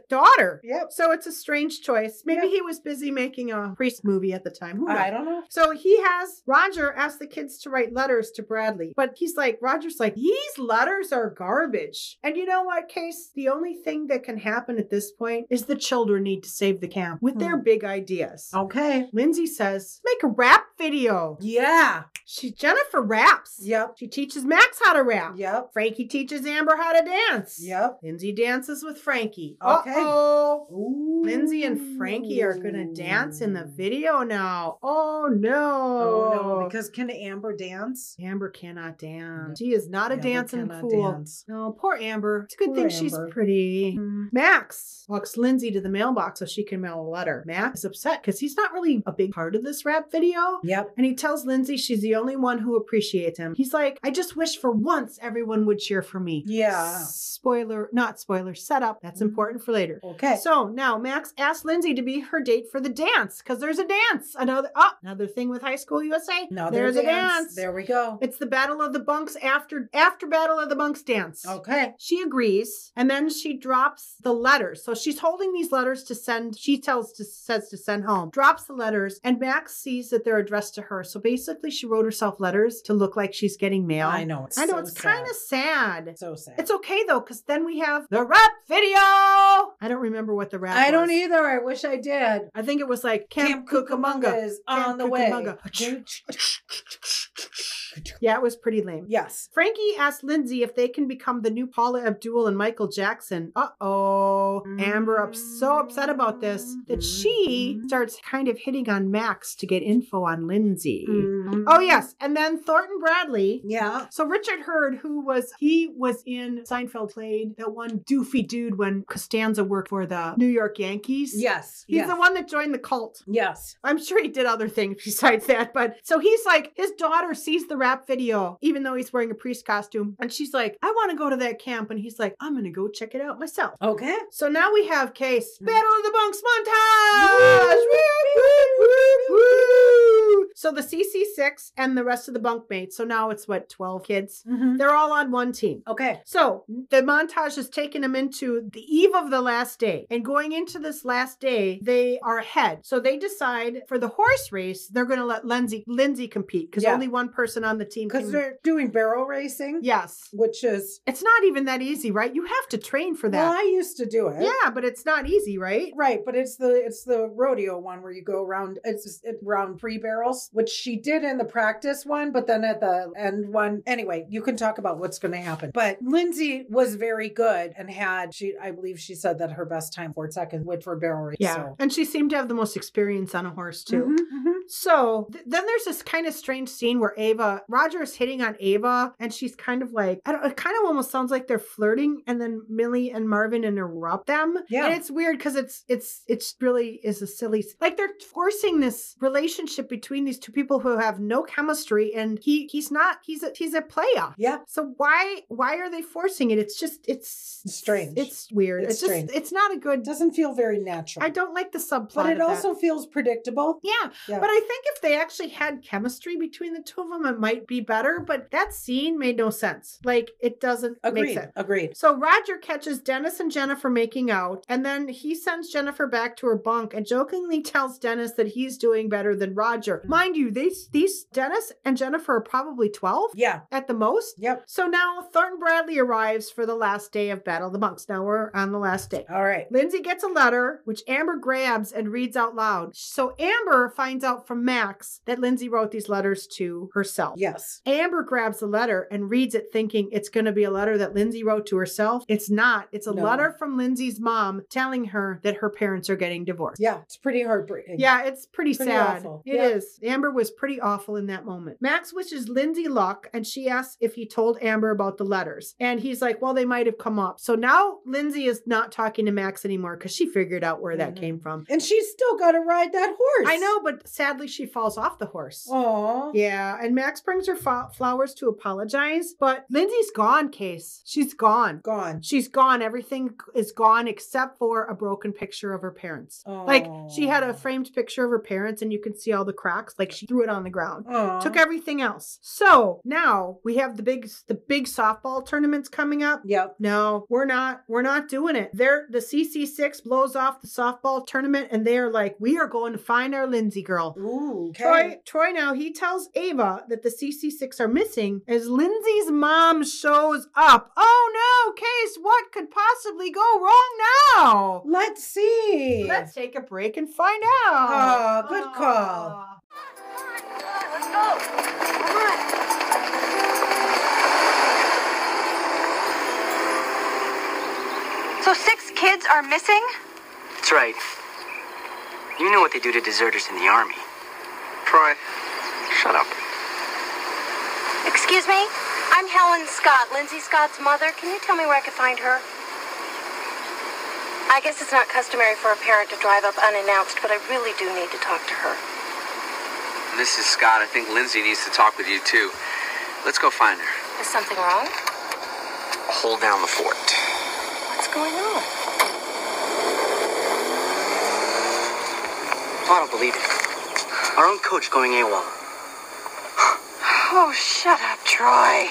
Speaker 2: daughter.
Speaker 1: Yep.
Speaker 2: So it's a strange choice. Maybe
Speaker 1: Yeah.
Speaker 2: he was busy making a priest movie at the time. Who knows?
Speaker 1: I don't know.
Speaker 2: So he has Roger asked the kids to write letters to Bradley, but he's like, Roger's like, these letters are garbage. And you know what, Case? The only thing that can happen at this point is
Speaker 1: Hmm.
Speaker 2: the children need to save the camp with their big ideas.
Speaker 1: Okay.
Speaker 2: Lindsay says, make a rap video.
Speaker 1: Yeah.
Speaker 2: She Jennifer raps.
Speaker 1: Yep.
Speaker 2: She teaches Max how to rap.
Speaker 1: Yep.
Speaker 2: Frankie teaches Amber how to dance.
Speaker 1: Yep.
Speaker 2: Lindsay dances with Frankie.
Speaker 1: Okay.
Speaker 2: oh
Speaker 1: Ooh.
Speaker 2: Lindsay and Frankie are gonna dance in the video now. Oh no.
Speaker 1: Oh no! Because can Amber dance?
Speaker 2: Amber cannot dance. She is not a
Speaker 1: Amber
Speaker 2: dancing
Speaker 1: cannot
Speaker 2: fool.
Speaker 1: dance.
Speaker 2: No, poor Amber. It's a good
Speaker 1: Poor
Speaker 2: thing she's
Speaker 1: Amber.
Speaker 2: pretty.
Speaker 1: Mm.
Speaker 2: Max walks Lindsay to the mailbox so she can mail a letter. Max is upset because he's not really a big part of this rap video.
Speaker 1: Yep.
Speaker 2: And he tells Lindsay she's the only one who appreciates him. He's like, I just wish for once everyone would cheer for me.
Speaker 1: Yeah. Mm-hmm.
Speaker 2: Spoiler, not spoiler, setup. That's important for later.
Speaker 1: Okay.
Speaker 2: So now Max asks Lindsay to be her date for the dance because there's a dance. Another oh, another thing with High School USA.
Speaker 1: now
Speaker 2: there's a dance.
Speaker 1: There we go.
Speaker 2: It's the Battle of the Bunks after after Battle of the Bunks dance.
Speaker 1: Okay.
Speaker 2: She agrees, and then she drops the letters. So she's holding these letters to send. She tells to says to send home. Drops the letters, and Max sees that they're addressed to her. So basically, she wrote herself letters to look like she's getting mail.
Speaker 1: I know. It's
Speaker 2: I know
Speaker 1: so
Speaker 2: it's kind of sad.
Speaker 1: so sad.
Speaker 2: It's okay though, because then we have the rap video. I don't remember what the rap.
Speaker 1: I don't
Speaker 2: was.
Speaker 1: either. I wish I did.
Speaker 2: I think it was like
Speaker 1: Camp
Speaker 2: Camp, Cucamonga.
Speaker 1: Cucamonga is on
Speaker 2: Camp
Speaker 1: the way.
Speaker 2: Yeah, it was pretty lame.
Speaker 1: Yes.
Speaker 2: Frankie asked Lindsay if they can become the new Paula Abdul and Michael Jackson. Uh oh. Amber up so upset about this that she starts kind of hitting on Max to get info on Lindsay.
Speaker 1: Mm-hmm.
Speaker 2: Oh yes, and then Thornton Bradley.
Speaker 1: Yeah.
Speaker 2: So Richard Hurd, who was he was in Seinfeld, played that one doofy dude when Costanza worked for the New York Yankees.
Speaker 1: Yes.
Speaker 2: He's
Speaker 1: yes.
Speaker 2: the one that joined the cult.
Speaker 1: Yes.
Speaker 2: I'm sure he did other things besides that, but so he's like, his daughter sees the rap video, even though he's wearing a priest costume, and she's like, I want to go to that camp, and he's like, I'm gonna go check it out myself.
Speaker 1: Okay.
Speaker 2: So now we have case Battle of the Bunks montage. Woo, woo, woo, woo. So the CC6 and the rest of the bunk mates. So now it's what 12 kids. They're all on one team.
Speaker 1: Okay.
Speaker 2: So the montage has taken them into the eve of the last day. And going into this last day, they are ahead. So they decide for the horse race, they're going to let Lindsay Lindsay compete because
Speaker 1: Yeah.
Speaker 2: only one person on the team
Speaker 1: Because
Speaker 2: can.
Speaker 1: they're doing barrel racing,
Speaker 2: yes.
Speaker 1: which is
Speaker 2: It's not even that easy, right? You have to train for
Speaker 1: well,
Speaker 2: that.
Speaker 1: I used to do it.
Speaker 2: yeah, but it's not easy, right?
Speaker 1: Right, but it's the it's the rodeo one where you go around it's just it, round three barrels, which she did in the practice one, but then at the end one anyway, you can talk about what's going to happen. But Lindsay was very good and had she I believe she said that her best time four seconds, which were barrel race.
Speaker 2: Yeah. Mm-hmm,
Speaker 1: so.
Speaker 2: And she seemed to have the most experience on a horse, too.
Speaker 1: Mhm, mhm.
Speaker 2: So th- then there's this kind of strange scene where Ava, Roger is hitting on Ava, and she's kind of like, I don't, it kind of almost sounds like they're flirting, and then Millie and Marvin interrupt them.
Speaker 1: Yeah.
Speaker 2: And it's weird because it's, it's, it's really is a silly, s- like they're forcing this relationship between these two people who have no chemistry, and he, he's not, he's a, he's a player.
Speaker 1: Yeah.
Speaker 2: So why, why are they forcing it? It's just, it's
Speaker 1: It's strange.
Speaker 2: It's weird.
Speaker 1: It's
Speaker 2: It's, just,
Speaker 1: strange.
Speaker 2: it's not a
Speaker 1: It
Speaker 2: good,
Speaker 1: doesn't feel very natural.
Speaker 2: I don't like the subplot.
Speaker 1: but
Speaker 2: of
Speaker 1: it
Speaker 2: that.
Speaker 1: also feels predictable.
Speaker 2: Yeah.
Speaker 1: Yeah.
Speaker 2: But I think if they actually had chemistry between the two of them, it might be better. But that scene made no sense. Like, it doesn't make
Speaker 1: Agreed.
Speaker 2: sense.
Speaker 1: Agreed.
Speaker 2: So Roger catches Dennis and Jennifer making out, and then he sends Jennifer back to her bunk and jokingly tells Dennis that he's doing better than Roger. Mind you, these these Dennis and Jennifer are probably 12
Speaker 1: Yeah.
Speaker 2: at the most.
Speaker 1: Yep.
Speaker 2: So now Thornton Bradley arrives for the last day of Battle of the Bunks. Now we're on the last day.
Speaker 1: All right.
Speaker 2: Lindsay gets a letter, which Amber grabs and reads out loud. So Amber finds out from Max that Lindsay wrote these letters to herself.
Speaker 1: Yes.
Speaker 2: Amber grabs the letter and reads it, thinking it's going to be a letter that Lindsay wrote to herself. It's not. It's a
Speaker 1: No.
Speaker 2: letter from Lindsay's mom telling her that her parents are getting divorced.
Speaker 1: Yeah. It's pretty heartbreaking.
Speaker 2: Yeah, it's pretty,
Speaker 1: Pretty
Speaker 2: sad.
Speaker 1: awful.
Speaker 2: It is.
Speaker 1: Yeah.
Speaker 2: Amber was pretty awful in that moment. Max wishes Lindsay luck and she asks if he told Amber about the letters. And he's like, well, they might have come up. So now Lindsay is not talking to Max anymore because she figured out where that
Speaker 1: Mhm.
Speaker 2: came from.
Speaker 1: And she's still got to ride that horse.
Speaker 2: I know, but sadly, she falls off the horse.
Speaker 1: Oh.
Speaker 2: Yeah, and Max brings her fo- flowers to apologize, but Lindsay's gone, Case. She's gone.
Speaker 1: Gone.
Speaker 2: She's gone. Everything is gone except for a broken picture of her parents. Like she had
Speaker 1: Oh.
Speaker 2: a framed picture of her parents, and you can see all the cracks. Like she threw it on the ground.
Speaker 1: Oh.
Speaker 2: Took everything else. So now we have the big the big softball tournaments coming up.
Speaker 1: Yep.
Speaker 2: No, we're not. We're not doing it. They're the CC6 blows off the softball tournament, and they are like, we are going to find our Lindsay girl.
Speaker 1: Ooh. Okay.
Speaker 2: Troy, Troy now he tells Ava that the CC6 are missing as Lindsay's mom shows up. Oh no, Case, what could possibly go wrong now?
Speaker 1: Let's see.
Speaker 2: Let's take a break and find out.
Speaker 1: Aw, Ah, good call.
Speaker 2: Aw.
Speaker 3: Go! Let's go. Come on.
Speaker 5: So six kids are missing?
Speaker 6: That's right. You know what they do to deserters in the army.
Speaker 7: Troy,
Speaker 6: Shut up.
Speaker 5: Excuse me? I'm Helen Scott, Lindsay Scott's mother. Can you tell me where I can find her? I guess it's not customary for a parent to drive up unannounced, but I really do need to talk to her.
Speaker 7: Mrs. Scott, I think Lindsay needs to talk with you too. Let's go find her.
Speaker 5: Is something wrong?
Speaker 6: Hold down the fort.
Speaker 5: What's going on?
Speaker 6: I don't believe it. Our own coach going AWOL.
Speaker 5: Oh, shut up, Troy.